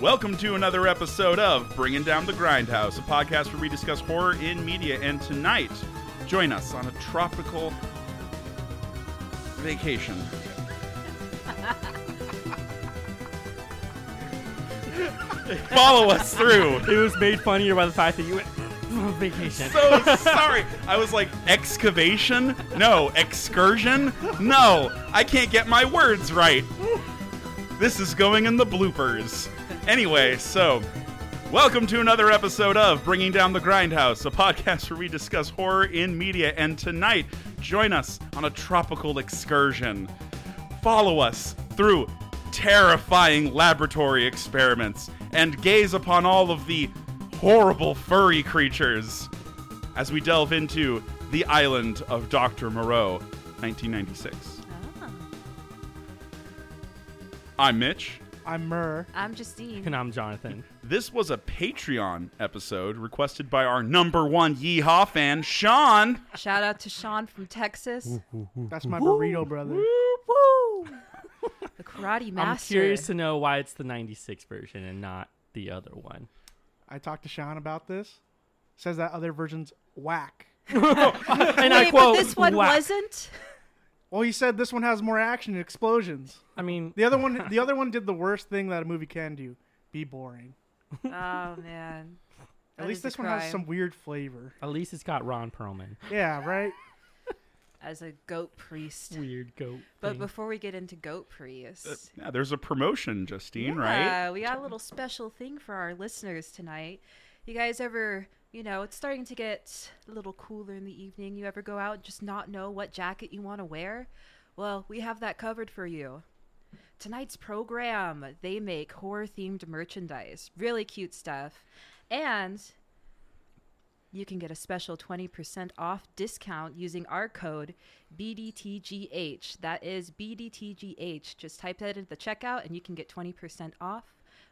Welcome to another episode of Bringing Down the Grindhouse, a podcast where we discuss horror in media. And tonight, join us on a tropical vacation. Follow us through. It was made funnier by the fact that you went vacation. So sorry. I was like, excavation? No. Excursion? No. I can't get my words right. This is going in the bloopers. Anyway, so welcome to another episode of Bringing Down the Grindhouse, a podcast where we discuss horror in media. And tonight, join us on a tropical excursion. Follow us through terrifying laboratory experiments and gaze upon all of the horrible furry creatures as we delve into the island of Dr. Moreau, 1996. Ah. I'm Mitch. I'm Mur. I'm Justine. and I'm Jonathan. This was a Patreon episode requested by our number one Yeehaw fan, Sean. Shout out to Sean from Texas. That's my burrito brother. The karate I'm master. curious to know why it's the 96 version and not the other one. I talked to Sean about this. Says that other version's whack. And Wait, I quote, but this one "Whack." wasn't. Well, he said this one has more action and explosions. I mean, The other one, the other one did the worst thing that a movie can do: be boring. Oh man. At least this one has some weird flavor. at least it's got Ron Perlman. Yeah, right. as a goat priest. Weird goat. But thing. before we get into goat Uh, priest, Yeah, there's a promotion, Justine, right? yeah, we got a little special thing for our listeners tonight. You guys ever, you know, it's starting to get a little cooler in the evening. You ever go out and just not know what jacket you want to wear? Well, we have that covered for you. Tonight's program, they make horror themed merchandise, really cute stuff. And you can get a special 20% off discount using our code BDTGH. That is BDTGH. Just type that into the checkout and you can get 20% off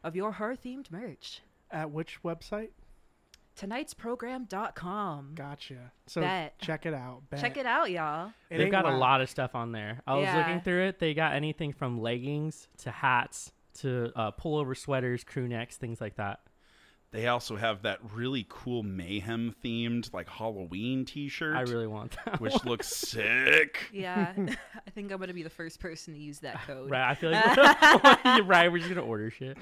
of your horror themed merch. At which website? Tonight's program.com. Gotcha. So Bet. check it out. Bet. Check it out, y'all. It They've ain't got a whack. lot of stuff on there. I was Yeah. looking through it. They got anything from leggings to hats to uh, pullover sweaters, crew necks, things like that. They also have that really cool mayhem themed, like Halloween t shirt, I really want that. one. which looks sick. Yeah. I think I'm going to be the first person to use that code. Right, I feel like You're right. We're just gonna order shit.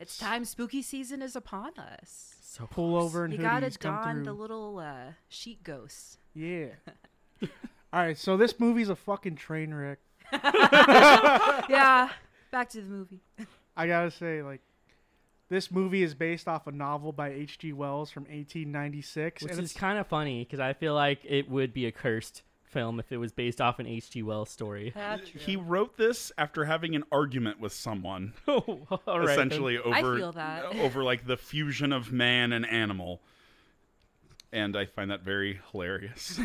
It's time spooky season is upon us. So Pull over and You got to hoodies come don through. the little uh, sheet ghosts. yeah. All right. So this movie's a fucking train wreck. yeah. Back to the movie. I gotta say, like, this movie is based off a novel by H.G. Wells from 1896, Which and is it's kind of funny because I feel like it would be a cursed film if it was based off an H.G. Wells story. He wrote this after having an argument with someone, Oh, All right, then. essentially over feel that. over like the fusion of man and animal. And I find that very hilarious.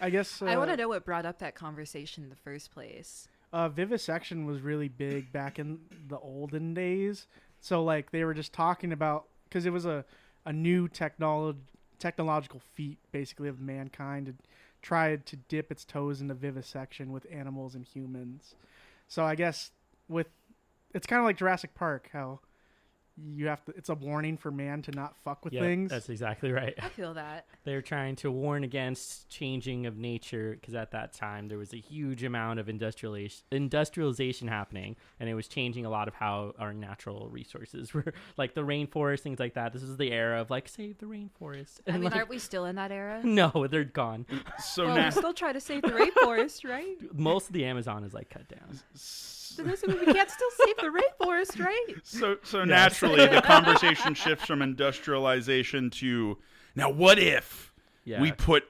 I guess uh, I want to know what brought up that conversation in the first place. uh, vivisection was really big back in the olden days. So like they were just talking about because it was a a new technology technological feat basically of mankind to try to dip its toes into vivisection with animals and humans. So I guess with it's kind of like Jurassic Park how you have to it's a warning for man to not fuck with Yeah, things. that's exactly right. I feel that. They're trying to warn against changing of nature because at that time there was a huge amount of industrialization, industrialization happening, and it was changing a lot of how our natural resources were, like the rainforest, things like that. This is the era of like save the rainforest. I And, mean, like, aren't we still in that era? no, they're gone. So Well, now, we still try to save the rainforest, right? Most of the Amazon is like cut down. So this we can't still save the rainforest, right? so so naturally, the conversation shifts from industrialization to now. What if Yeah, we put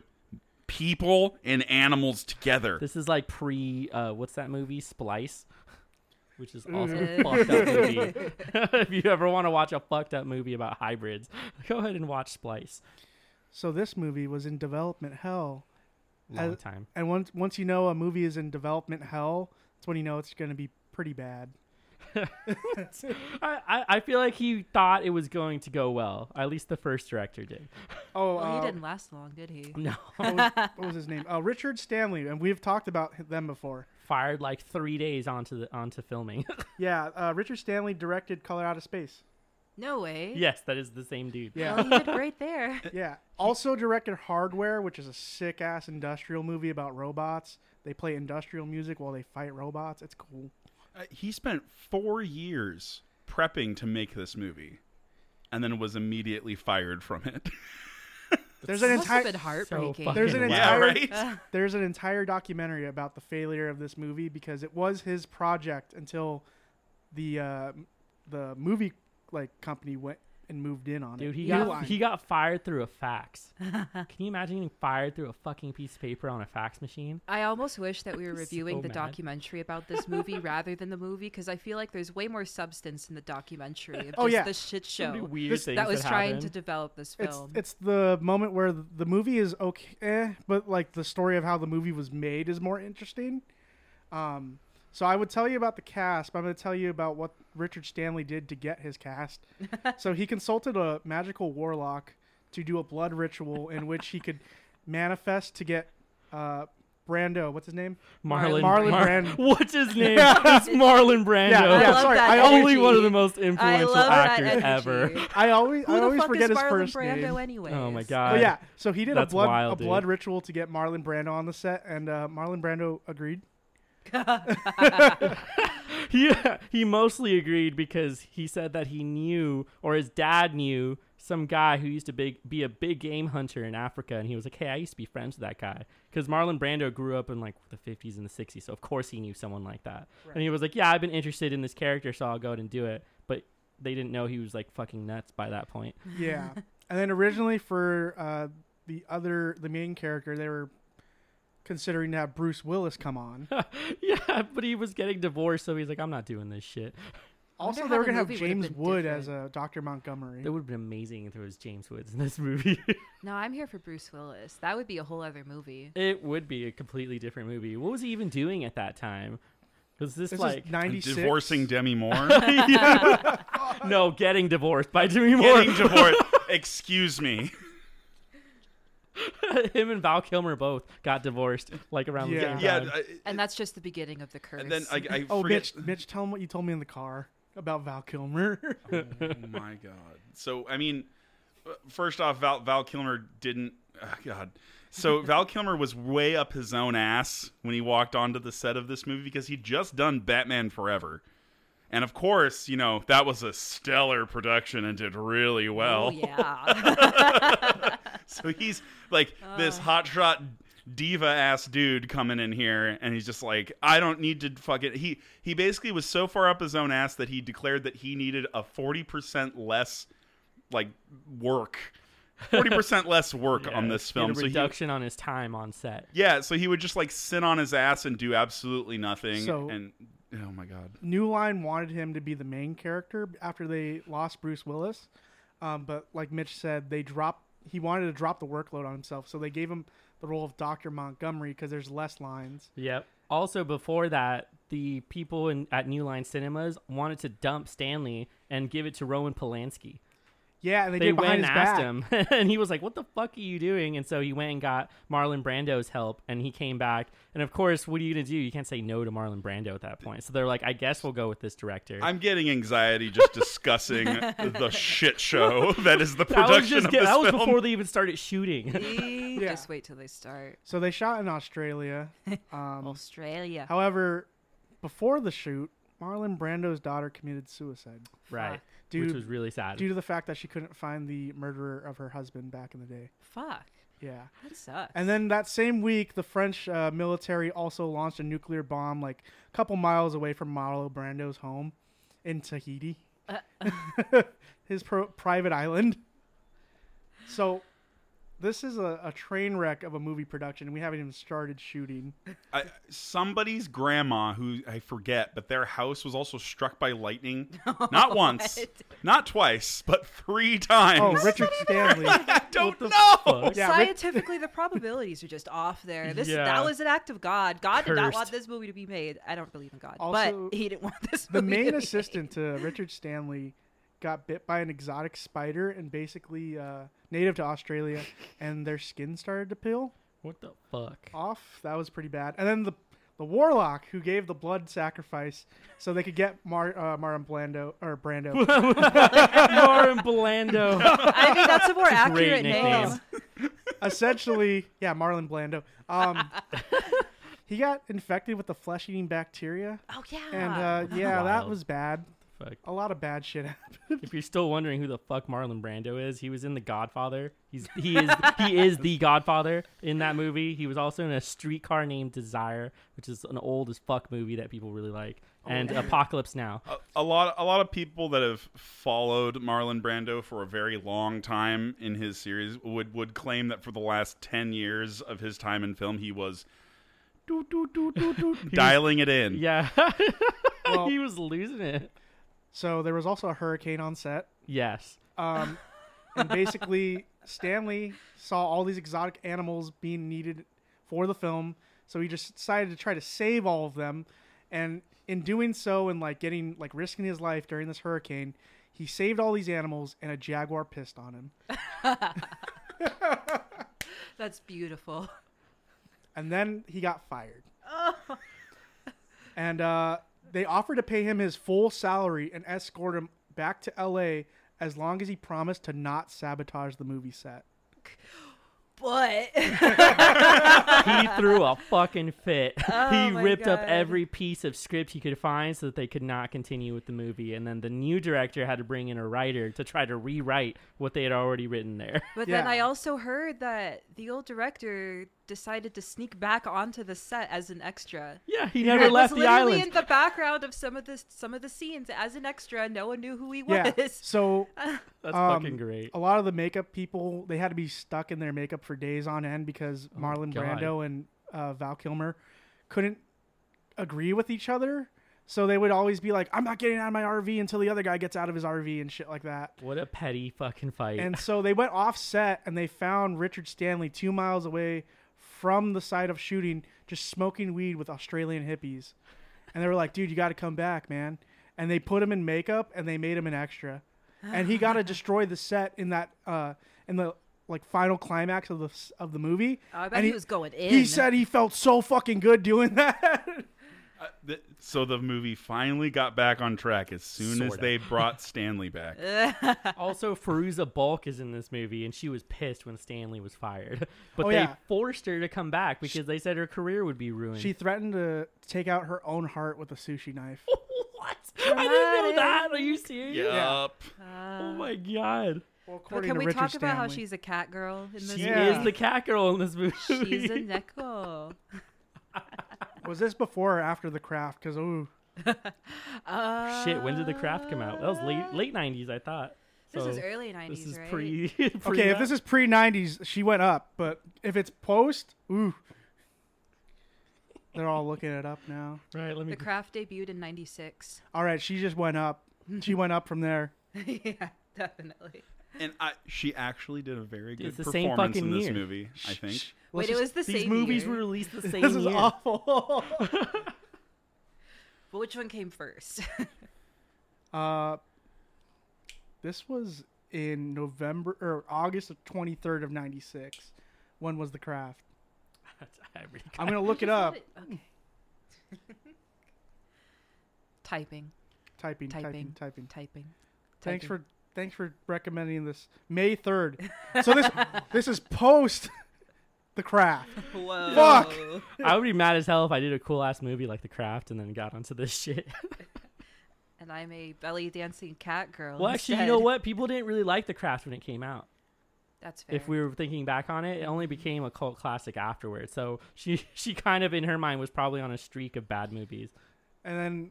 people and animals together? This is like pre uh, what's that movie? Splice. Which is also Mm. a fucked up movie. if you ever want to watch a fucked up movie about hybrids, go ahead and watch Splice. So this movie was in development hell. Long Uh, time. And once once you know a movie is in development hell, that's when you know it's going to be pretty bad. I, I, I feel like he thought it was going to go well. At least the first director did. Oh, Well, uh, he didn't last long, did he? No. what, was, what was his name? Uh, Richard Stanley, and we've talked about h- them before. fired like three days onto the onto filming. Yeah, uh, Richard Stanley directed Color Out of Space. No way. yes, that is the same dude. Yeah. Well, you did right there. Yeah. Also directed Hardware, which is a sick ass industrial movie about robots. They play industrial music while they fight robots. It's cool. Uh, he spent four years prepping to make this movie, and then was immediately fired from it. There's an Must have entire been heartbreaking. fucking- there's an yeah, Yeah, entire right. Uh, there's an entire documentary about the failure of this movie because it was his project until the uh, the movie like company went and moved in on Dude, it. he New got Line. he got fired through a fax. Can you imagine getting fired through a fucking piece of paper on a fax machine? I almost wish that we were reviewing So the mad. documentary about this movie rather than the movie because I feel like there's way more substance in the documentary of just Oh, yeah. the shit So many show weird This- things that was trying to happen. develop this it's film. it's the moment where th- the movie is okay, eh, but like the story of how the movie was made is more interesting. Um, so I would tell you about the cast, but I'm going to tell you about what Richard Stanley did to get his cast. so he consulted a magical warlock to do a blood ritual in which he could manifest to get uh, Brando. What's his name? Marlon, Marlon Mar- Brando. What's his name? It's Marlon Brando. Yeah, I yeah, love sorry, that I energy. Only one of the most I influential love that actors energy. ever. I always Who I the always fuck forget is his Marlon first Brando name. anyways? Oh my Oh god. yeah, so he did a That's blood wild, a blood dude. ritual to get Marlon Brando on the set, and uh, Marlon Brando agreed. He he mostly agreed because he said that he knew or his dad knew some guy who used to big, be a big game hunter in Africa and he was like, "Hey, I used to be friends with that guy." Cuz Marlon Brando grew up in like the 50s and the 60s, so of course he knew someone like that. And he was like, "Yeah, I've been interested in this character, so I'll go out and do it." But they didn't know he was like fucking nuts by that point. Yeah, and then originally for uh, the other the main character, they were considering to have Bruce Willis come on. yeah, but he was getting divorced, so he's like, "I'm not doing this shit." also, how they were the gonna have movie would've James been Wood different. as a Doctor Montgomery. It would have been amazing if it was James Woods in this movie. No, I'm here for Bruce Willis. That would be a whole other movie. It would be a completely different movie. What was he even doing at that time? Was this, This like is ninety six. Divorcing Demi Moore. no getting divorced by Jimmy Moore? Getting divorced. Excuse me. Him and Val Kilmer both got divorced like around Yeah. the same Yeah. time. I, And that's just the beginning of the curse. and then I, I Oh, forget. Mitch, Mitch, tell him what you told me in the car about Val Kilmer. oh my god. So I mean, uh, first off, Val Val Kilmer didn't. ah, god. So Val Kilmer was way up his own ass when he walked onto the set of this movie because he'd just done Batman Forever. And of course, you know, that was a stellar production and did really well. oh yeah. So he's like this hotshot diva ass dude coming in here and he's just like I don't need to fuck it. He he basically was so far up his own ass that he declared that he needed a 40% less like work. 40% less work on Yeah, this he had film. a So he, reduction on his time on set. yeah, so he would just like sit on his ass and do absolutely nothing So- and oh my god. New Line wanted him to be the main character after they lost Bruce Willis, um, but like Mitch said, they dropped. He wanted to drop the workload on himself, so they gave him the role of Doctor Montgomery because there's less lines. Yep. Also, before that, the people in, at New Line Cinemas wanted to dump Stanley and give it to Roman Polanski. Yeah, and they, they, did it went behind and his asked back. him, and he was like, "What the fuck are you doing?" And so he went and got Marlon Brando's help, and he came back. And of course, what are you gonna do? You can't say no to Marlon Brando at that point. So they're like, "I guess we'll go with this director." I'm getting anxiety just discussing the shit show that is the that production was just of get- this that was film. before they even started shooting. Eee, Yeah. Just wait till they start. So they shot in Australia. Um, Australia. however, before the shoot, Marlon Brando's daughter committed suicide right. Dude, Which was really sad. due to the fact that she couldn't find the murderer of her husband back in the day. Fuck. Yeah. That sucks. And then that same week, the French uh, military also launched a nuclear bomb like a couple miles away from Marlon Brando's home in Tahiti, his pro- private island. So, this is a, a train wreck of a movie production. We haven't even started shooting. I, somebody's grandma, who I forget, but their house was also struck by lightning. Not once, not twice, but three times. Oh, Richard Stanley. I don't know. fuck? Yeah, Rick- Scientifically, the probabilities are just off there. This Yeah. that was an act of God. God did not want Cursed. this movie to be made. I don't believe in God, Also, but He didn't want this. the movie to main be assistant to Richard Stanley got bit by an exotic spider and basically uh, native to Australia, and their skin started to peel what the fuck? off. That was pretty bad. And then the the warlock who gave the blood sacrifice so they could get Mar uh, Marlon Blando or Brando. Lauren Blando. I think that's a more accurate nickname. name. Essentially, yeah, Marlon Blando. Um, he got infected with the flesh-eating bacteria, Oh yeah. and uh, yeah, that Wild. was bad. Fuck. A lot of bad shit happened. If you're still wondering who the fuck Marlon Brando is, he was in The Godfather. He's he is he is the Godfather in that movie. He was also in a streetcar named Desire, which is an old as fuck movie that people really like, and Apocalypse Now. A, a lot, a lot of people that have followed Marlon Brando for a very long time in his series would would claim that for the last ten years of his time in film, he was doo, doo, doo, doo, doo, dialing it in. Yeah, Well- he was losing it. So there was also a hurricane on set. Yes. Um, and basically, Stanley saw all these exotic animals being needed for the film, so he just decided to try to save all of them. And in doing so, and like getting like risking his life during this hurricane, he saved all these animals, and a jaguar pissed on him. That's beautiful. And then he got fired. and uh, they offered to pay him his full salary and escort him back to L.A. as long as he promised to not sabotage the movie set. But he threw a fucking fit. he my ripped up God. every piece of script he could find so that they could not continue with the movie. And then the new director had to bring in a writer to try to rewrite what they had already written there. but then Yeah. I also heard that the old director decided to sneak back onto the set as an extra. Yeah, he never And left was the literally island. in the background of some of the some of the scenes as an extra. No one knew who he was. Yeah. So That's Um, fucking great. a lot of the makeup people they had to be stuck in their makeup for days on end because Marlon Oh God. Brando and uh, Val Kilmer couldn't agree with each other. So they would always be like, "I'm not getting out of my RV until the other guy gets out of his RV and shit like that." What a petty fucking fight. And so they went off set and they found Richard Stanley two miles away from the site of shooting, just smoking weed with Australian hippies. And they were like, dude, you got to come back, man. And they put him in makeup and they made him an extra. And he got to destroy the set in that, uh, in the like final climax of the s- of the movie. Oh, I bet And he was going He in. said he felt so fucking good doing that. Uh, th- so the movie finally got back on track as soon as Sorta. they brought Stanley back. also, Feruza Balk is in this movie, and she was pissed when Stanley was fired. But Oh, they yeah. forced her to come back because they said her career would be ruined. she threatened to take out her own heart with a sushi knife. what? I didn't know that. Are you serious? Yup. Oh my god. But Well, according can to we Richard talk about how Stanley. she's a cat girl in this She Yeah. is the cat girl in this movie. movie? She's a neko. was this before or after the craft? Because ooh, Uh, Shit, when did The Craft come out? That was late late 90s, I thought. This was So, early '90s, This is right? pre, pre Okay, if this is pre '90s, she went up. But if it's post, ooh, they're all looking it up now. Right, let me The craft debuted in '96. All right, she just went up. She went up from there. yeah, definitely. And I, she actually did a very good It's the same performance fucking in this year. movie. I think. Wait, it was the These same movies year. were released the same This is year. awful. But which one came first? uh, this was in November or August of 23rd of '96. When was the craft? I really I'm gonna look it up. Okay. typing, Typing, typing, Typing. typing. typing. Thanks typing. for thanks for recommending this. May 3rd. So this this is post the craft. Whoa. Fuck! I would be mad as hell if I did a cool ass movie like The Craft and then got onto this shit. And I'm a belly dancing cat girl. well, actually, you instead. know what? People didn't really like The Craft when it came out. That's fair. If we were thinking back on it, it only became a cult classic afterwards. So she she kind of in her mind was probably on a streak of bad movies. And then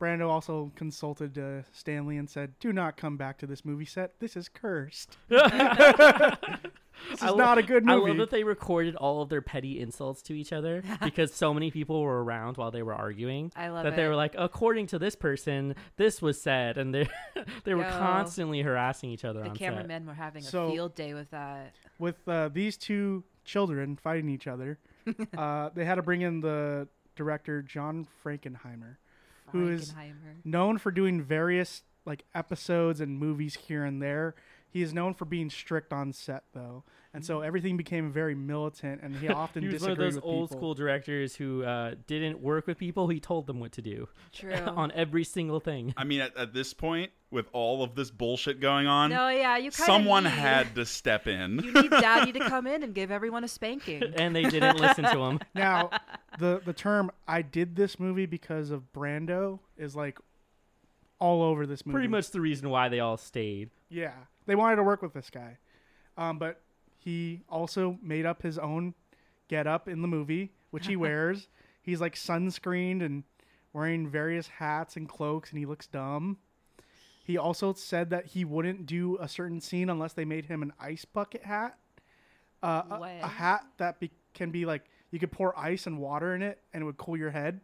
Brando also consulted uh, Stanley and said, "Do not come back to this movie set. This is cursed. This is I lo- not a good I movie." love that they recorded all of their petty insults to each other because so many people were around while they were arguing. I love that they it. were like, according to this person, this was said, and they they were Yo. constantly harassing each other the on set. cameramen were having a So- field day with that. With uh, these two children fighting each other, uh, they had to bring in the director John Frankenheimer, who is Frankenheimer. known for doing various like episodes and movies here and there. He is known for being strict on set, though, and so everything became very militant, and he often Mm-hmm. he was one disagreed of those with old people. school directors who uh, didn't work with people. He told them what to do True. on every single thing. I mean, at, at this point, with all of this bullshit going on, no, yeah, you kind of someone need, had to step in. You need daddy to come in and give everyone a spanking. And they didn't listen to him. Now, the the term "I did this movie because of Brando" is like all over this movie. Pretty much the reason why they all stayed. Yeah, they wanted to work with this guy, um, but he also made up his own get up in the movie, which he wears. He's like sunscreened and wearing various hats and cloaks, and he looks dumb. He also said that he wouldn't do a certain scene unless they made him an ice bucket hat, uh, a- a, What? hat that be, can be like you could pour ice and water in it, and it would cool your head.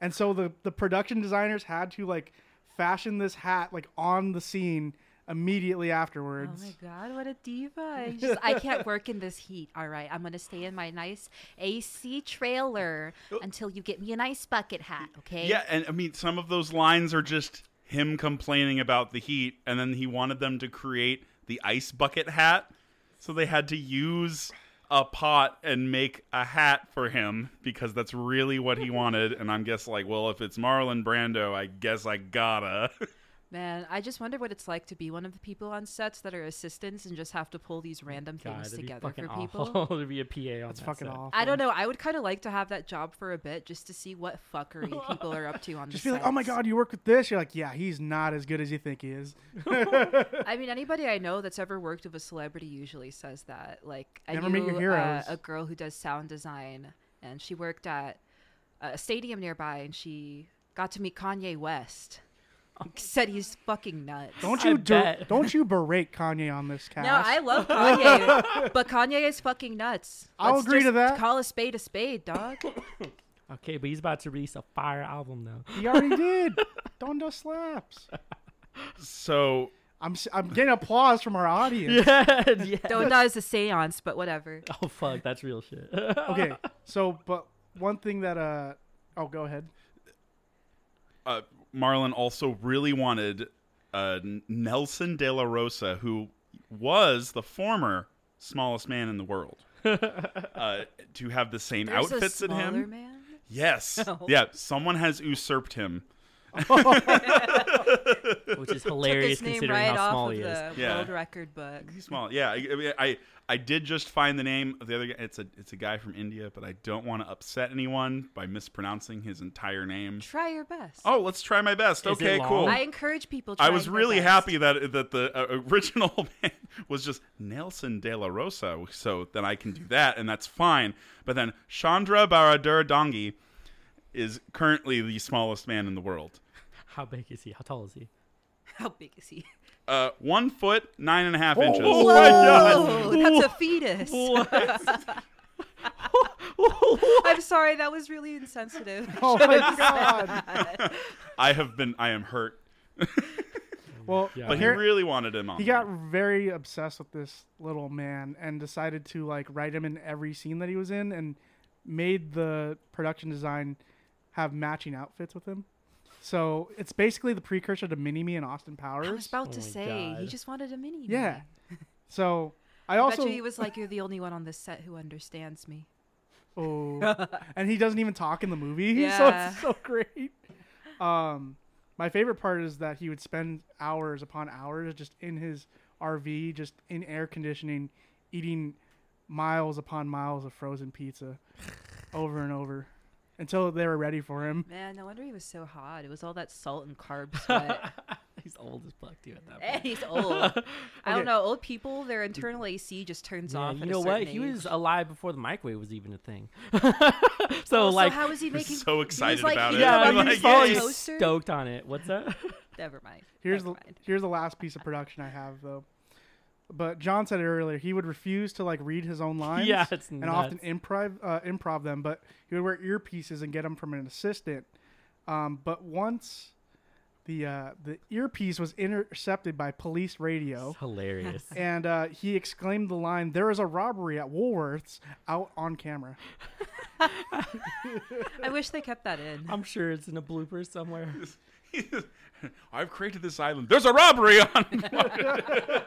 And so the the production designers had to like fashion this hat like on the scene immediately Oh afterwards. my god, what a diva. I just I can't work in this heat. All right, I'm gonna stay in my nice AC trailer Oh. until you get me an ice bucket hat, okay? Yeah, and I mean, some of those lines are just him complaining about the heat, and then he wanted them to create the ice bucket hat, so they had to use a pot and make a hat for him because that's really what he wanted. And I'm guess like, well, if it's Marlon Brando, I guess I gotta. Man, I just wonder what it's like to be one of the people on sets that are assistants and just have to pull these random God, things it'd be together fucking for people. awful to be a PA on That's that fucking set. awful. I don't know. I would kind of like to have that job for a bit just to see what fuckery people are up to on Just the be like, oh my sets." god, you work with this? You're like, yeah, he's not as good as you think he is. I mean, anybody I know that's ever worked with a celebrity usually says that. Like, I Never knew meet your Uh, heroes. a girl who does sound design, and she worked at a stadium nearby, and she got to meet Kanye West. Oh Said he's fucking nuts. Don't I you dur- bet. don't you berate Kanye on this cast? no, I love Kanye, but Kanye is fucking nuts. I'll Let's agree to just that. Call a spade a spade, dog. Okay, but he's about to release a fire album now. He already did. Don't do slaps. so I'm s- I'm getting applause from our audience. yeah, yeah. Don't die is a seance, but whatever. Oh fuck, that's real shit. Okay, so but one thing that uh oh go ahead. uh, Marlon also really wanted uh, Nelson De La Rosa, who was the former smallest man in the world, uh, to have the same There's a outfits in smaller him. man. Yes. Yeah, someone has usurped him. Which is Took hilarious his name considering right how off small of he is. the Yeah. world record book. He's small. Yeah, I, I, mean, I I did just find the name of the other guy. It's a it's a guy from India, but I don't want to upset anyone by mispronouncing his entire name. Try your best. Oh, let's try my best. Is it okay, long? cool. I encourage people. I trying was their really best. happy that that the uh, original man was just Nelson De La Rosa, so then I can do that, and that's fine. But then Chandra Baradur Dongi is currently the smallest man in the world. How big is he? How tall is he? How big is he? Uh, one foot nine and a half inches. Oh my Whoa, that's a Whoa. fetus. What? I'm sorry, that was really insensitive. Oh my god. I have been. I am hurt. Well, Yeah. But he here- really wanted him on. he got very obsessed with this little man and decided to like write him in every scene that he was in and made the production design have matching outfits with him. So it's basically the precursor to Mini Me and Austin I was Powers. about to Oh my say he God. just wanted a mini. Yeah. me. So I I also bet you he was like, "You're the only one on this set who understands me." Oh. and he doesn't even talk in the movie. So Yeah. it's so great. Um, my favorite part is that he would spend hours upon hours just in his RV, just in air conditioning, eating miles upon miles of frozen pizza over and over until they were ready for him. Man, no wonder he was so hot. It was all that salt and carb sweat. He's old as fuck too at that point. and he's old. I Okay. don't know. Old people, their internal AC just turns Yeah, off. you at a know what? certain He age. was uh, alive before the microwave was even a thing. so Oh, so like, how is he making? so excited like, about he it. was yeah, like, he Like, was yeah. probably Toaster? stoked on it. What's that? Never mind. Here's Never the mind. here's the last piece of production I have though. But John said it earlier. He would refuse to like read his own lines. Yeah, it's and nuts. often improv uh, improv them. But he would wear earpieces and get them from an assistant. Um, but once the uh, the earpiece was intercepted by police radio, It's hilarious. and uh, he exclaimed the line, "There is a robbery at Woolworths!" out on camera. I wish they kept that in. I'm sure it's in a blooper somewhere. I've created this island. There's a robbery on.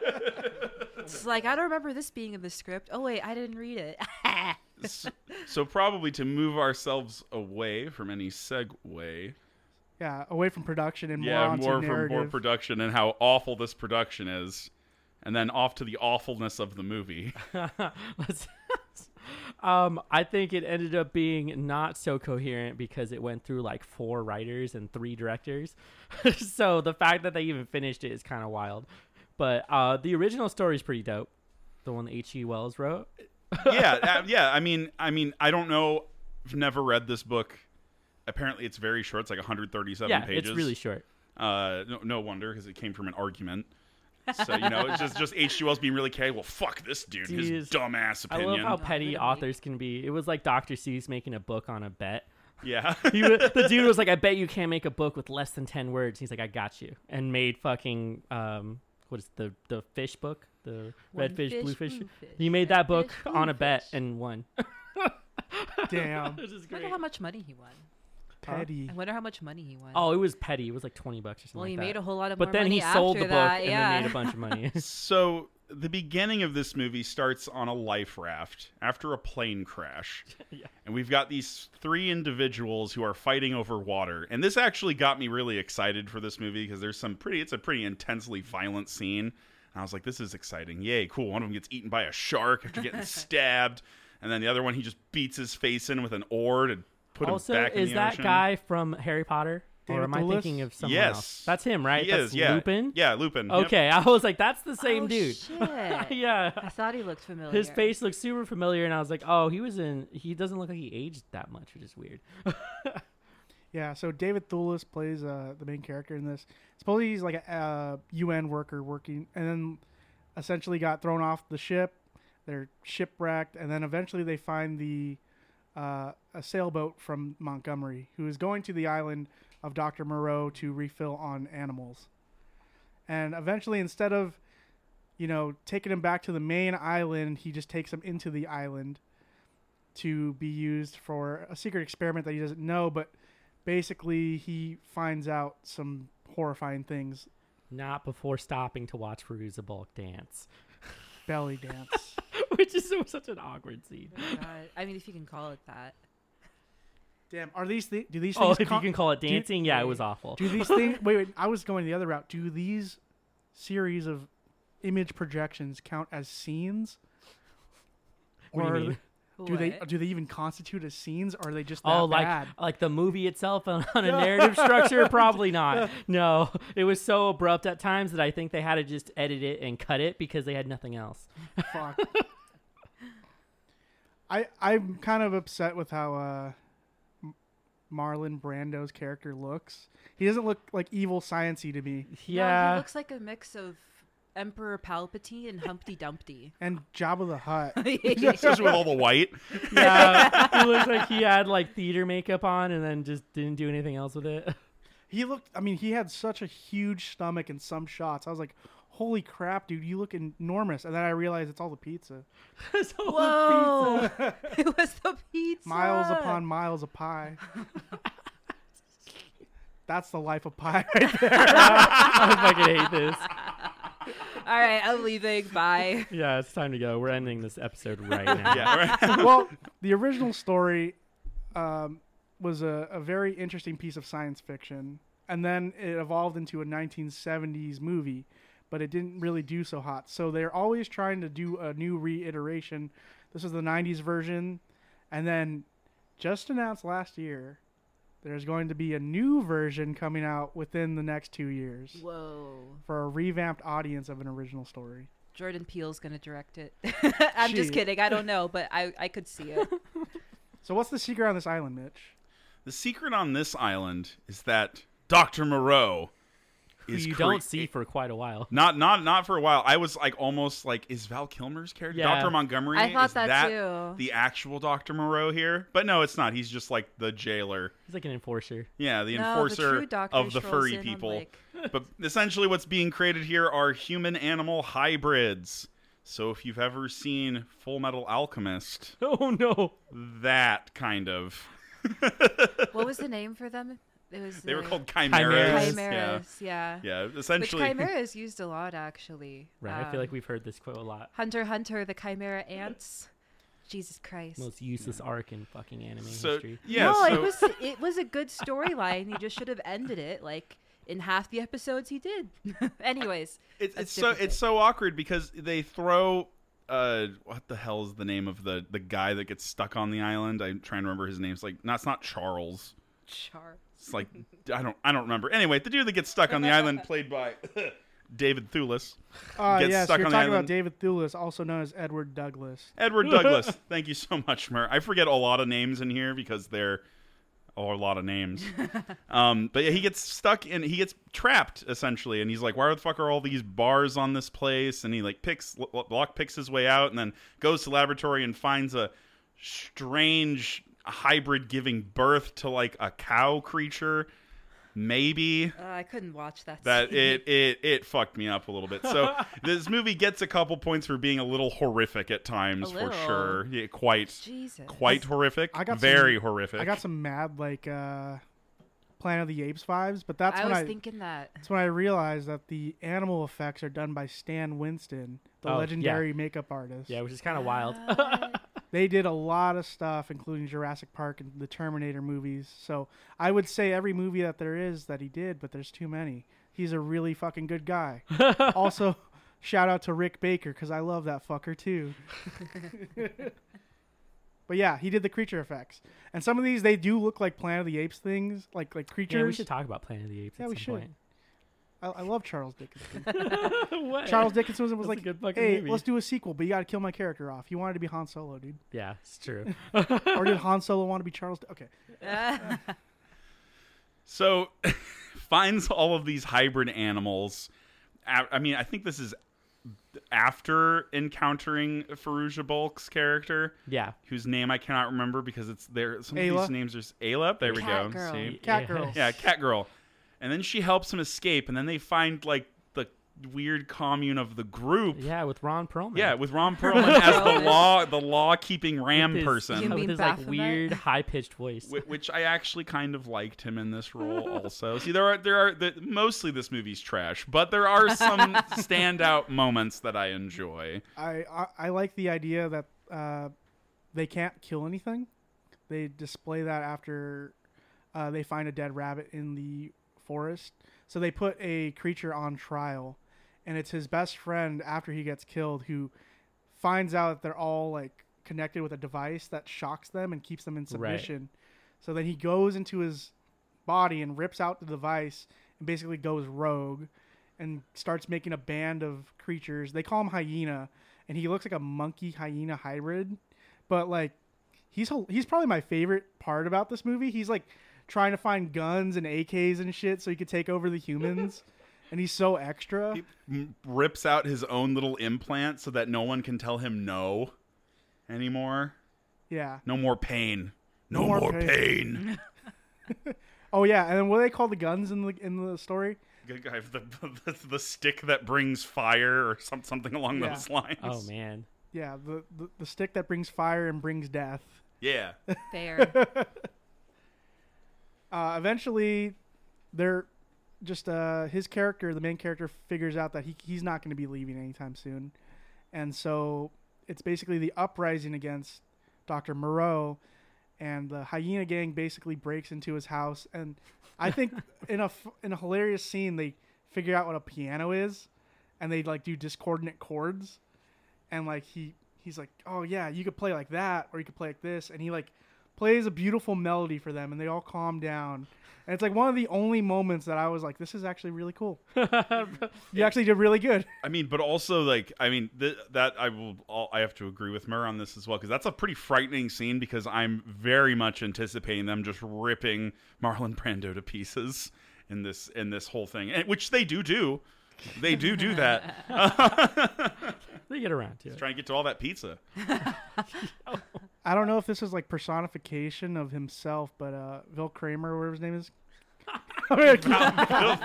It's like I don't remember this being in the script. Oh wait, I didn't read it. S- so probably to move ourselves away from any segue. Yeah, away from production and more yeah, onto more from narrative. more production and how awful this production is, and then off to the awfulness of the movie. Let's- um, I think it ended up being not so coherent because it went through like four writers and three directors. so the fact that they even finished it is kind of wild. But uh, the original story is pretty dope. The one that H.G. Wells wrote. yeah, uh, yeah. I mean, I mean, I don't know. I've never read this book. Apparently, it's very short. It's like 137 yeah, pages. it's really short. Uh, no, no wonder, because it came from an argument. So you know, it's just just H.G. Wells being really careful. Well, fuck this dude, and his Jeez. dumbass I opinion. love how petty literally. authors can be. It was like Dr. Seuss making a book on a bet. yeah, He wa- the dude was like, "I bet you can't make a book with less than ten words." He's like, "I got you," and made fucking um, what is the the fish book, the One red fish, fish, blue fish. blue fish, He made red that book fish, blue on a bet fish. and won. Damn, Which is I great. wonder how much money he won. petty. I wonder how much money he won. Oh, it was petty. It was like twenty bucks or something. well, he like made that. a whole lot of. But more then money he sold after the book that. and yeah. then made a bunch of money. so the beginning of this movie starts on a life raft after a plane crash Yeah. and we've got these three individuals who are fighting over water and this actually got me really excited for this movie because there's some pretty it's a pretty intensely violent scene and i was like this is exciting yay cool one of them gets eaten by a shark after getting stabbed and then the other one he just beats his face in with an oar to put also, him back in is the that ocean. guy from Harry Potter, David or am I Thewlis? thinking of someone Yes. else? That's him, right? he That's is yeah Lupin. yeah lupin yep. Okay, I was like, that's the same Oh, dude. shit. yeah. I thought he looked familiar. His face looks super familiar, and I was like, "Oh, he was in. He doesn't look like he aged that much, which is weird." Yeah, so David Thewlis plays uh, the main character in this. Supposedly he's like a uh, UN worker working, and then essentially got thrown off the ship. They're shipwrecked, and then eventually they find the uh, a sailboat from Montgomery, who is going to the island of Doctor Moreau to refill on animals. And eventually, instead of you know taking him back to the main island, he just takes him into the island to be used for a secret experiment that he doesn't know, but basically he finds out some horrifying things Not before stopping to watch Perusa Bulk dance, belly dance which is so, such an awkward scene. God. I mean, if you can call it that. damn are these thi- do these Oh, things if you con- can call it do- dancing, yeah, it was awful. do these things wait, wait i was going the other route do these series of image projections count as scenes What do you or mean? do they What? do they even constitute as scenes or are they just that Oh, like bad? like the movie itself on, on a narrative structure? Probably not. No, it was so abrupt at times that I think they had to just edit it and cut it because they had nothing else. Fuck. I I'm kind of upset with how uh, M- Marlon Brando's character looks. He doesn't look like evil sciency to me. Yeah, No, he looks like a mix of Emperor Palpatine and Humpty Dumpty. And Jabba the Hutt. especially with all the white yeah. It looks like he had like theater makeup on and then just didn't do anything else with it. He looked. I mean, he had such a huge stomach in some shots. I was like, "Holy crap, dude! You look enormous!" And then I realized it's all the pizza. It's all the Whoa! pizza. it was the pizza. Miles upon miles of pie. That's the life of pie right there. I fucking hate this. All right, I'm leaving. Bye. Yeah, it's time to go. We're ending this episode right now. yeah right. well, the original story um, was a, a very interesting piece of science fiction, and then it evolved into a 1970s movie, but it didn't really do so hot. So they're always trying to do a new reiteration. This is the 90s version, and then just announced last year. There's going to be a new version coming out within the next two years Whoa. for a revamped audience of an original story. Jordan Peele's gonna direct it. I'm just Shit. kidding. I don't know, but I I could see it. So, what's the secret on this island, Mitch? The secret on this island is that Dr. Moreau Who is you crea- don't see for quite a while. Not not not for a while. I was like almost like is Val Kilmer's character Yeah. Dr. Montgomery? I thought is that that too. The actual Dr. Moreau here? But no, it's not. He's just like the jailer. He's like an enforcer. Yeah, the No, the enforcer true doctor of the strolls furry in on, people. like- but essentially what's being created here are human animal hybrids. So if you've ever seen Full Metal Alchemist, Oh no. that kind of what was the name for them? It was They were the called chimeras. chimeras. Yeah. Yeah. yeah. Which Essentially. chimera is used a lot, actually. Right. I feel Um, like we've heard this quote a lot. Hunter x Hunter, the chimera ants. Jesus Christ. Most useless arc in fucking anime so history. yeah. no, so, it was it was a good storyline. he just should have ended it like in half the episodes he did. Anyways, it's, That's it's so different it's so awkward because they throw uh what the hell is the name of the the guy that gets stuck on the island i'm trying to remember his name it's like no it's not charles Char. it's like i don't i don't remember anyway the dude that gets stuck on the island played by david thulis Uh, Gets yes, stuck you're on the talking about island. David Thewlis, also known as Edward Douglas. edward douglas thank you so much mer i forget a lot of names in here because they're oh, a lot of names um but yeah he gets stuck in he gets trapped essentially and he's like why the fuck are all these bars on this place and he like picks lo- lo- lock picks his way out and then goes to laboratory and finds a strange hybrid giving birth to like a cow creature maybe Uh, I couldn't watch that. that scene. it it it fucked me up a little bit. So this movie gets a couple points for being a little horrific at times, A for little. sure. Yeah, quite Jesus. quite horrific. I got some- very horrific. I got some mad like uh, Planet of the Apes vibes, but that's I when was I thinking that. that's when I realized that the animal effects are done by Stan Winston, the Oh, yeah. legendary makeup artist. Yeah, which is kind of wild. They did a lot of stuff, including Jurassic Park and the Terminator movies. So I would say every movie that there is that he did, but there's too many. He's a really fucking good guy. also, shout out to Rick Baker because I love that fucker too. but yeah, he did the creature effects, and some of these they do look like Planet of the Apes things, like like creatures. yeah, we should talk about Planet of the Apes. Yeah, at we some should. I, I love Charles Dickinson. Point. What? Charles Dickinson was, That's a like, good fucking "Hey, movie." let's do a sequel, but you got to kill my character off. You wanted to be Han Solo, dude, Yeah, it's true. or did Han Solo want to be Charles? Di- okay, so finds all of these hybrid animals. A- I mean, I think this is after encountering Faruja Bulk's character, Yeah. whose name I cannot remember because it's there. Some of Ayla? these names are s- Ayla. There we Cat go. girl. See? Cat Um, Yeah. Girl. Yeah, cat girl. And then she helps him escape, and then they find like the weird commune of the group. Yeah, Yeah, with Ron Perlman. with Ron Perlman as the Perlman. law the law keeping ram With his- person. You with mean his like Baphomet? weird high pitched voice. Wh- Which I actually kind of liked him in this role. Also, see, there are there are the, mostly this movie's trash, but there are some standout moments that I enjoy. I, I I like the idea that uh, they can't kill anything. They display that after uh, they find a dead rabbit in the forest. So they put a creature on trial, and it's his best friend after he gets killed who finds out that they're all like connected with a device that shocks them and keeps them in submission. So then he goes into his body and rips out the device and basically goes rogue and starts making a band of creatures. They call him hyena, and he looks like a monkey hyena hybrid. But like, he's hol- he's probably my favorite part about this movie. He's like trying to find guns and AKs and shit so he could take over the humans, and he's so extra. M- Rips out his own little implant so that no one can tell him no anymore. Yeah. No more pain. No, more more, pain. pain. Oh yeah, and then what do they call the guns in the in the story? Good guy, the, the the stick that brings fire or some, something along Yeah. those lines. Oh man. Yeah, the, the the stick that brings fire and brings death. Yeah. Fair. uh, eventually they're just uh, his character the main character figures out that he, he's not going to be leaving anytime soon and so it's basically the uprising against dr moreau and the hyena gang basically breaks into his house and i think in a f- in a hilarious scene they figure out what a piano is and they like do discordant chords and like he he's like oh yeah you could play like that or you could play like this and he like plays a beautiful melody for them and they all calm down and it's like one of the only moments that i was like this is actually really cool you actually did really good I mean, but also like, I mean, th- that I will, all, I have to agree with Mur on this as well because that's a pretty frightening scene because I'm very much anticipating them just ripping Marlon Brando to pieces in this in this whole thing, and, which they do do. They do do that. They get around to it. Trying to get to all that pizza. i don't know if this is like personification of himself but uh bill kramer whatever his name is I'm gonna keep-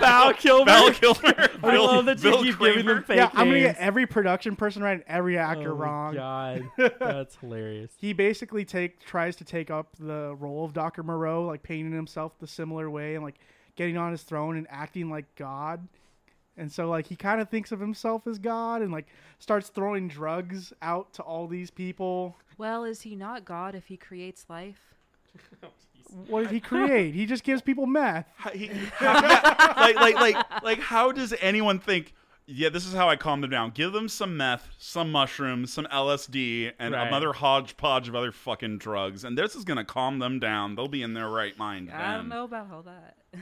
Val Kilmer. Val Kilmer. I Bill, love that you Bill keep giving Kramer. them fake yeah, I'm gonna names. get every production person right and every actor oh my wrong. God, that's hilarious. He basically take tries to take up the role of Doctor Moreau, like painting himself the similar way and like getting on his throne and acting like God. And so like he kind of thinks of himself as God and like starts throwing drugs out to all these people. Well, is he not God if he creates life? What did he create? he just gives people meth. How- he- like, like, like, like, how does anyone think? Yeah, this is how I calm them down. Give them some meth, some mushrooms, some LSD, and Right. another hodgepodge of other fucking drugs, and this is gonna calm them down. They'll be in their right mind. I don't then. know about all that.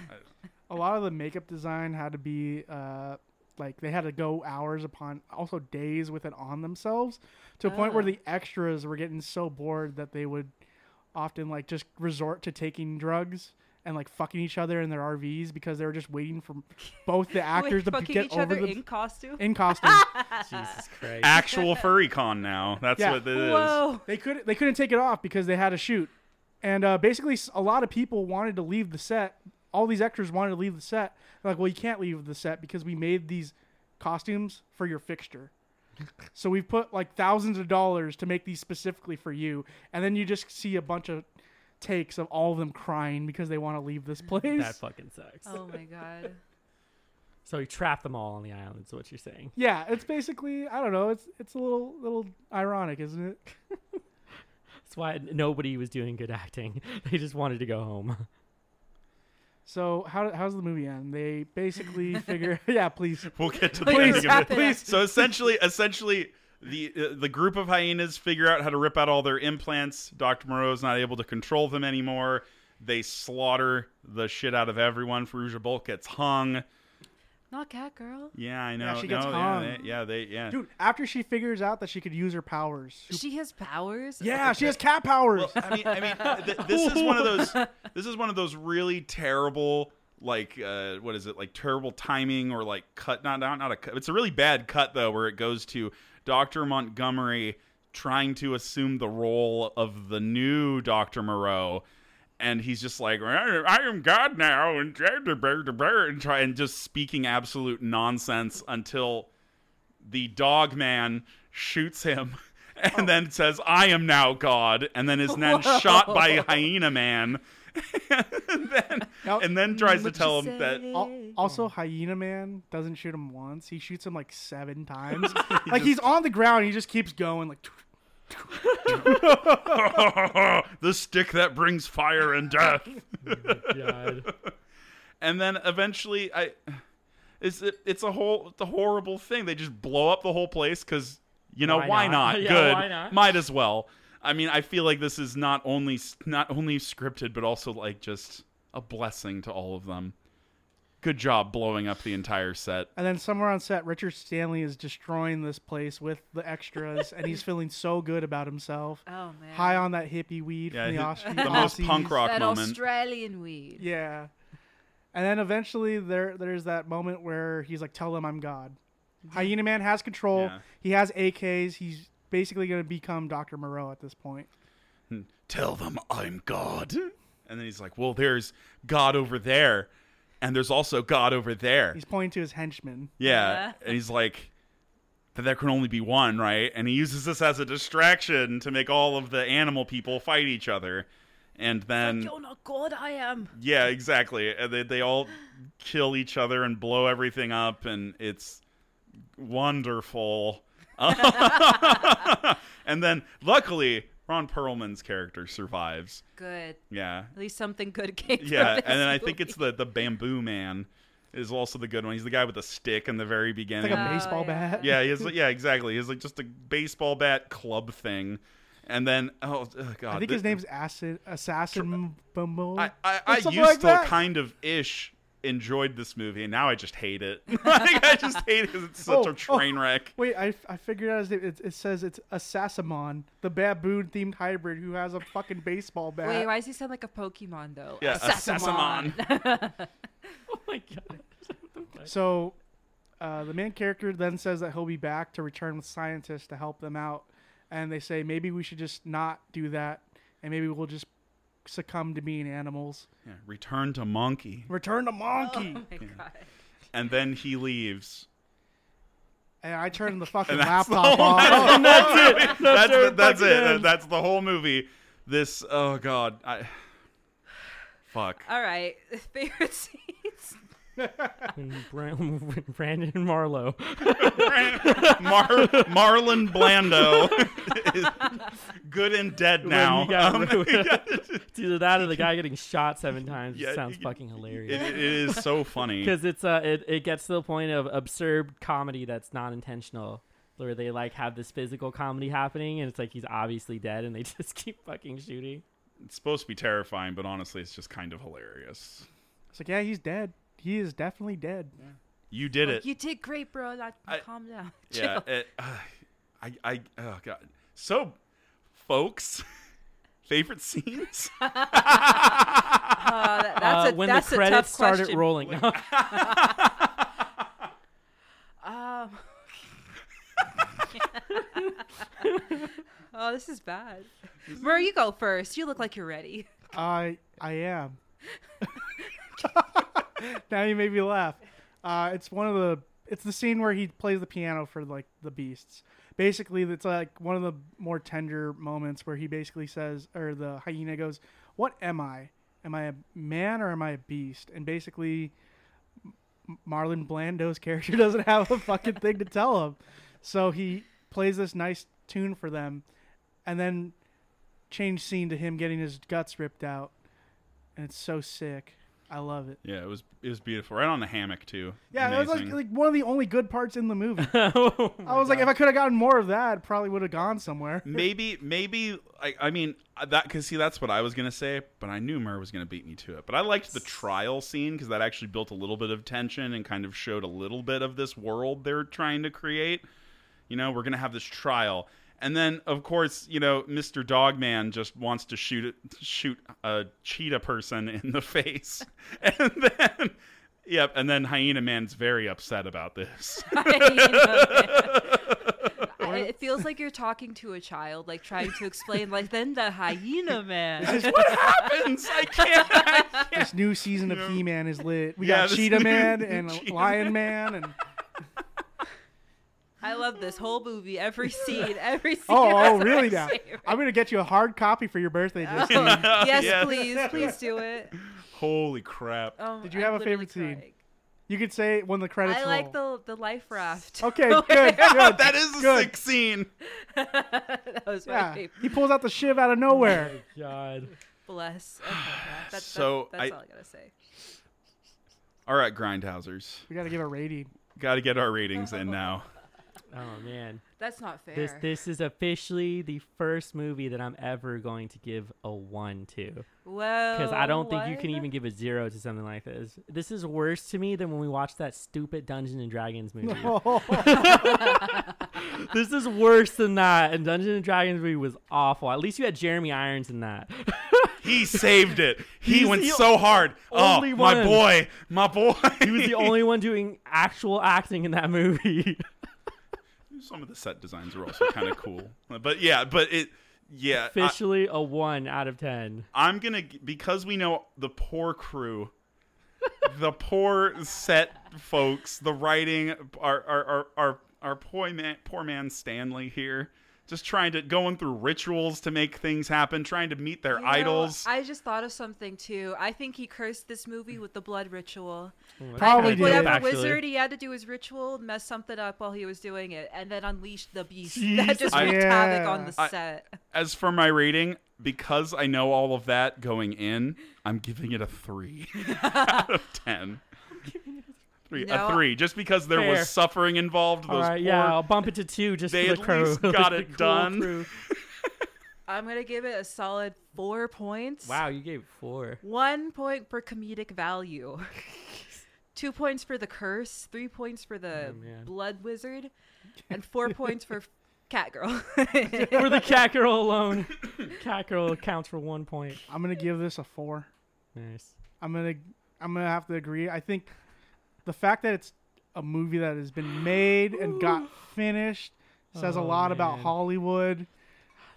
a lot of the makeup design had to be uh, like they had to go hours upon also days with it on themselves to a point where Ah. the extras were getting so bored that they would often like just resort to taking drugs and like fucking each other in their RVs because they were just waiting for both the actors Wait, to fucking get each over other the in costume. in costume. Jesus Christ. Actual furry con now. That's Yeah. what it is. Whoa! they could they couldn't take it off because they had a shoot, and uh, basically s- a lot of people wanted to leave the set. All these extras wanted to leave the set. They're like, well, you can't leave the set because we made these costumes for your fixture. so we've put like thousands of dollars to make these specifically for you, and then you just see a bunch of takes of all of them crying because they want to leave this place. That fucking sucks. Oh my god. So he trapped them all on the island. Is what you're saying? yeah, it's basically I don't know. It's it's a little little ironic, isn't it? That's why nobody was doing good acting. They just wanted to go home. So how how's the movie end? They basically figure yeah, please. We'll get to the Please ending of wrap it. it up. Please. So essentially, essentially, the uh, the group of hyenas figure out how to rip out all their implants. Doctor Moreau's not able to control them anymore. They slaughter the shit out of everyone. Ferrugia Bolt gets hung. Not Catgirl. Yeah, I know. Yeah, she gets no, hung. Yeah, they, yeah, they, yeah. Dude, after she figures out that she could use her powers. She has powers. yeah, she has cat powers. Well, I mean, I mean, th- this is one of those. This is one of those really terrible, like, uh, what is it? Like terrible timing or like cut? Not not not a cut. It's a really bad cut though, where it goes to Doctor Montgomery trying to assume the role of the new Doctor Moreau. And he's just like, I I am God now, and and try and just speaking absolute nonsense until the dog man shoots him and then says, I am now God, and then is then shot by Hyena Man. and, then, Now- and then tries to Would tell him that Al- also, Hyena Man doesn't shoot him once. He shoots him like seven times. like he's on the ground, he just keeps going. Like the stick that brings fire and death. Oh God. And then eventually, I it's it's a whole it's a horrible thing. They just blow up the whole place because you know Why why, not? not? Yeah, Good, why not? might as well. I mean, I feel like this is not only not only scripted but also like just a blessing to all of them. Good job blowing up the entire set. and then somewhere on set, Richard Stanley is destroying this place with the extras and he's feeling so good about himself. Oh man. High on that hippie weed Yeah, from the the- Aussie. the most Aussies. punk rock that moment. Australian weed. Yeah. And then eventually there there's that moment where he's like, Tell them I'm God. Hyena Man has control. Yeah. He has AKs. He's basically gonna become Dr. Moreau at this point. Tell them I'm God. And then he's like, "Well, there's God over there, and there's also God over there." He's pointing to his henchmen. Yeah. Yeah. And he's like, that there can only be one, right? And he uses this as a distraction to make all of the animal people fight each other. And then, You're not God. I am. yeah, exactly. And they, they all kill each other and blow everything up, and it's wonderful. and then, luckily, Ron Perlman's character survives. Good. Yeah. At least something good came. from Yeah. this And then I movie. think it's the, the bamboo man is also the good one. He's the guy with the stick in the very beginning. It's like a Oh, baseball yeah. bat. Yeah, he has, yeah, exactly. He's like just a baseball bat club thing, and then oh, ugh, god, I think thi- his name's Acid Assassin Bumbo. uh, I I, I something used like to that. kind of ish enjoyed this movie, and now I just hate it. like, I just hate it because it's such Oh, a train wreck. Wait, I, I figured out his name. It, it says it's Assassamon, the baboon themed hybrid who has a fucking baseball bat. Wait, why does he sound like a Pokemon though? Yeah, Assassamon. Oh my God. So, uh, the main character then says that he'll be back to return with scientists to help them out, and they say maybe we should just not do that, and maybe we'll just succumb to being animals. Yeah, return to monkey. Return to monkey. Oh my god. And then he leaves. And I turned the fucking And that's the laptop Oh, whole- that's the whole off. movie. That's our the- that's fucking it. end. That's the whole movie. This oh god. I fuck. All right. Favorite scenes. When Bran- when Brandon Marlowe Mar- Marlon Blando is good and dead now. When he Um, got ru- it's either that or the guy getting shot seven times. Yeah, it sounds you- fucking it, hilarious. it is so funny. Because it's uh, it, it gets to the point of absurd comedy that's not intentional, where they like have this physical comedy happening, and it's like he's obviously dead, and they just keep fucking shooting. It's supposed to be terrifying, but honestly, it's just kind of hilarious. It's like, yeah, he's dead. He is definitely dead. You Oh, did it. You did great, bro. Like, I- calm down. Yeah. Chill. it- uh, I, I, oh God. So, folks, favorite scenes? Uh, that- that's uh, a, when that's the a credits tough started question. rolling, Um, oh, this is bad. Murray, you go first. You look like you're ready. I I am. now you made me laugh. Uh, it's one of the it's the scene where he plays the piano for like the beasts. Basically, it's like one of the more tender moments where he basically says, or the hyena goes, "What am I? Am I a man or am I a beast?" And basically, M- Marlon Blando's character doesn't have a fucking thing to tell him, so he plays this nice tune for them, and then change scene to him getting his guts ripped out, and it's so sick. I love it. yeah, it was it was beautiful. Right on the hammock too. Yeah, that was like, Amazing. like one of the only good parts in the movie. Oh my I was like, God. if I could have gotten more of that, it probably would have gone somewhere. maybe maybe I, I mean uh, that because see that's what I was gonna say, but I knew Murr was gonna beat me to it. But I liked the trial scene because that actually built a little bit of tension and kind of showed a little bit of this world they're trying to create. You know, we're gonna have this trial, and then of course you know Mr. Dogman just wants to shoot it- shoot a cheetah person in the face, and then. Yep, and then Hyena Man's very upset about this. I- it feels like you're talking to a child, like trying to explain, like, then the hyena man. happens. I can't. I This new season of He-Man is lit. We Yeah, got this Cheetah new- Man and Cheetah Lion Man, and I love this whole movie, every scene, every scene. oh, is oh, my really? Now favorite. I'm gonna get you a hard copy for your birthday. Jason. Oh, yes, Yes. please, please do it. Holy crap. Um, Did you have a literally favorite scene? crying. you could say it when the credits I like roll. the the life raft. Okay, good, good. that is a good. sick scene. that was my Yeah, favorite. he pulls out the shiv out of nowhere. God. Bless. Okay, yeah, that- that- So, that's I- all I gotta say. All right, Grindhousers. We gotta give a rating. Got to get our ratings in now. Oh man. That's not fair. This this is officially the first movie that I'm ever going to give a one to. Well, because I don't think you can what? even give a zero to something like this. This is worse to me than when we watched that stupid Dungeons and Dragons movie. this is worse than that, and Dungeons and Dragons movie was awful. At least you had Jeremy Irons in that. He saved it. He He's went the so hard. Oh, only my one. boy. My boy. he was the only one doing actual acting in that movie. Some of the set designs were also kind of cool. But yeah, but it yeah, I, Officially a one out of ten. I'm going to because we know the poor crew, the poor set folks, the writing our our our our, our poor man poor man Stanley here. Just trying to going through rituals to make things happen, trying to meet their You know, idols. I just thought of something too. I think he cursed this movie with the blood ritual. Oh, Probably I, did. whatever Actually. wizard he had to do his ritual, messed something up while he was doing it, and then unleashed the beast Jeez. that just I- wreaked havoc on Yeah. the I- set. As for my rating, because I know all of that going in, I'm giving it a three out of ten. Three, No. a three, just because there Fair. was suffering involved. Those All right, poor, yeah, I'll bump it to two just They for the at crew. least the got it cool done. crew. I'm gonna give it a solid four points. Wow, you gave it four. One point for comedic value. Two points for the curse, three points for the Oh, man. blood wizard, and four points for Catgirl. For the cat girl alone, cat girl counts for one point. I'm gonna give this a four. Nice. I'm gonna I'm gonna have to agree. I think the fact that it's a movie that has been made and got finished says a Oh, lot about man. Hollywood.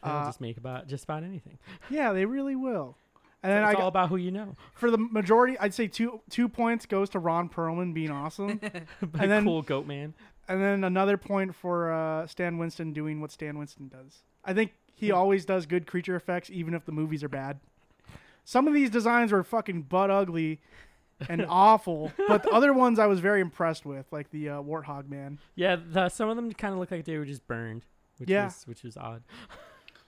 They'll Uh, just make about just about anything. yeah, they really will. And then it's I all got, about who you know. for the majority, I'd say two two points goes to Ron Perlman being awesome, By And then- cool goat man. and then another point for uh, Stan Winston doing what Stan Winston does. I think he always does good creature effects, even if the movies are bad. Some of these designs were fucking butt ugly and awful, but the other ones I was very impressed with, like the uh, Warthog Man. Yeah, the, some of them kind of look like they were just burned, which Yeah. was which was odd.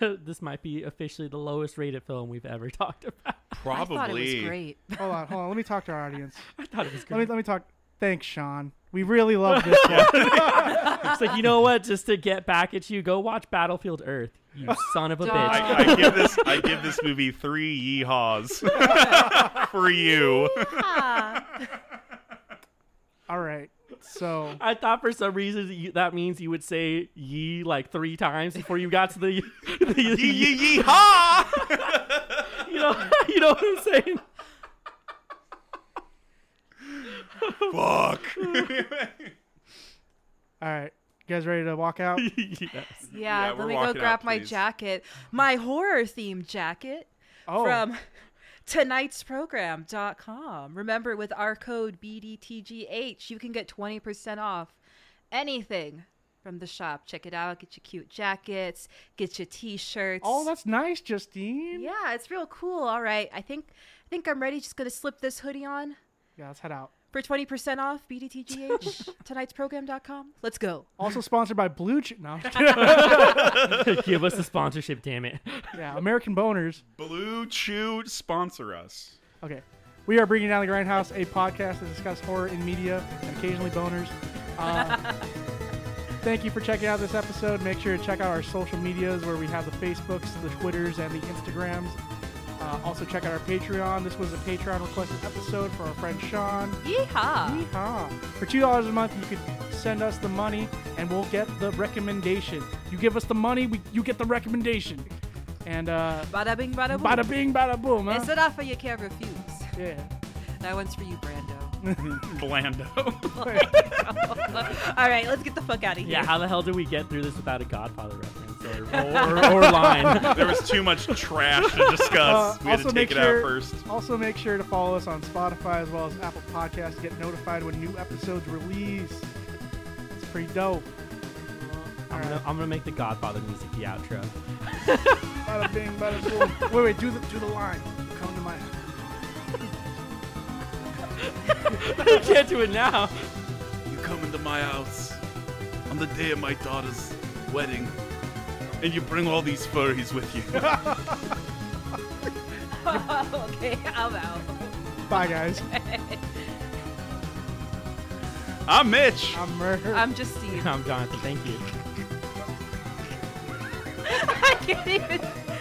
this might be officially the lowest rated film we've ever talked about. I thought it was Probably. great. Hold on, hold on. Let me talk to our audience. I thought it was Let me great. let me talk. Thanks, Sean. We really love this one. it's like you know what? Just to get back at you, go watch Battlefield Earth. You son of a Dog. bitch. I, I give this I give this movie three yeehaws for you. Ah, All right. So I thought for some reason that you, that means you would say "ye" like three times before you got to the, the, Yee yee yeehaw! you know you know what I'm saying. Fuck. all right. You guys ready to walk out? yes. Yeah, yeah, we're let me go walking out, grab my please. jacket, my horror themed jacket Oh, from tonightsprogram.com. Remember, with our code BDTGH, you can get 20% off anything from the shop. Check it out. Get your cute jackets, get your t shirts. oh, that's nice, Justine. Yeah. Yeah, it's real cool. All right, I think I think I'm ready. Just gonna slip this hoodie on let's head out. for 20% off. BDTGH tonightsprogram.com. Let's go. Also sponsored by Blue Chew. No, I'm just kidding. Give us a sponsorship, damn it. yeah, American Boners. Blue Chew sponsor us. Okay, we are bringing down the Grindhouse, a podcast that discusses horror in media and occasionally boners. Uh, thank you for checking out this episode. Make sure to check out our social medias where we have the Facebooks, the Twitters, and the Instagrams. Uh, also check out our Patreon. This was a Patreon requested episode for our friend Sean. Yeehaw! Yeehaw. For two dollars a month, you could send us the money, and we'll get the recommendation. You give us the money, we, you get the recommendation. And uh, Bada bing, bada boom. bada bing, bada boom. It's Huh? an offer you can't refuse. Yeah. That one's for you, Brando. Blando. All right, let's get the fuck out of here. Yeah, how the hell do we get through this without a Godfather reference or, or, or line? there was too much trash to discuss. Uh, we had to also take make it sure- out first. Also, make sure to follow us on Spotify as well as Apple Podcasts to get notified when new episodes release. It's pretty dope. I'm gonna, I'm gonna make the Godfather music the outro. Bada bing, bada boom. wait, wait, do the do the line. Come to my. I can't do it now. You come into my house on the day of my daughter's wedding, and you bring all these furries with you. okay, I'm out. Bye, guys. I'm Ah, Mitch. I'm Murder. I'm just Steve. I'm Jonathan. Thank you. I can't even.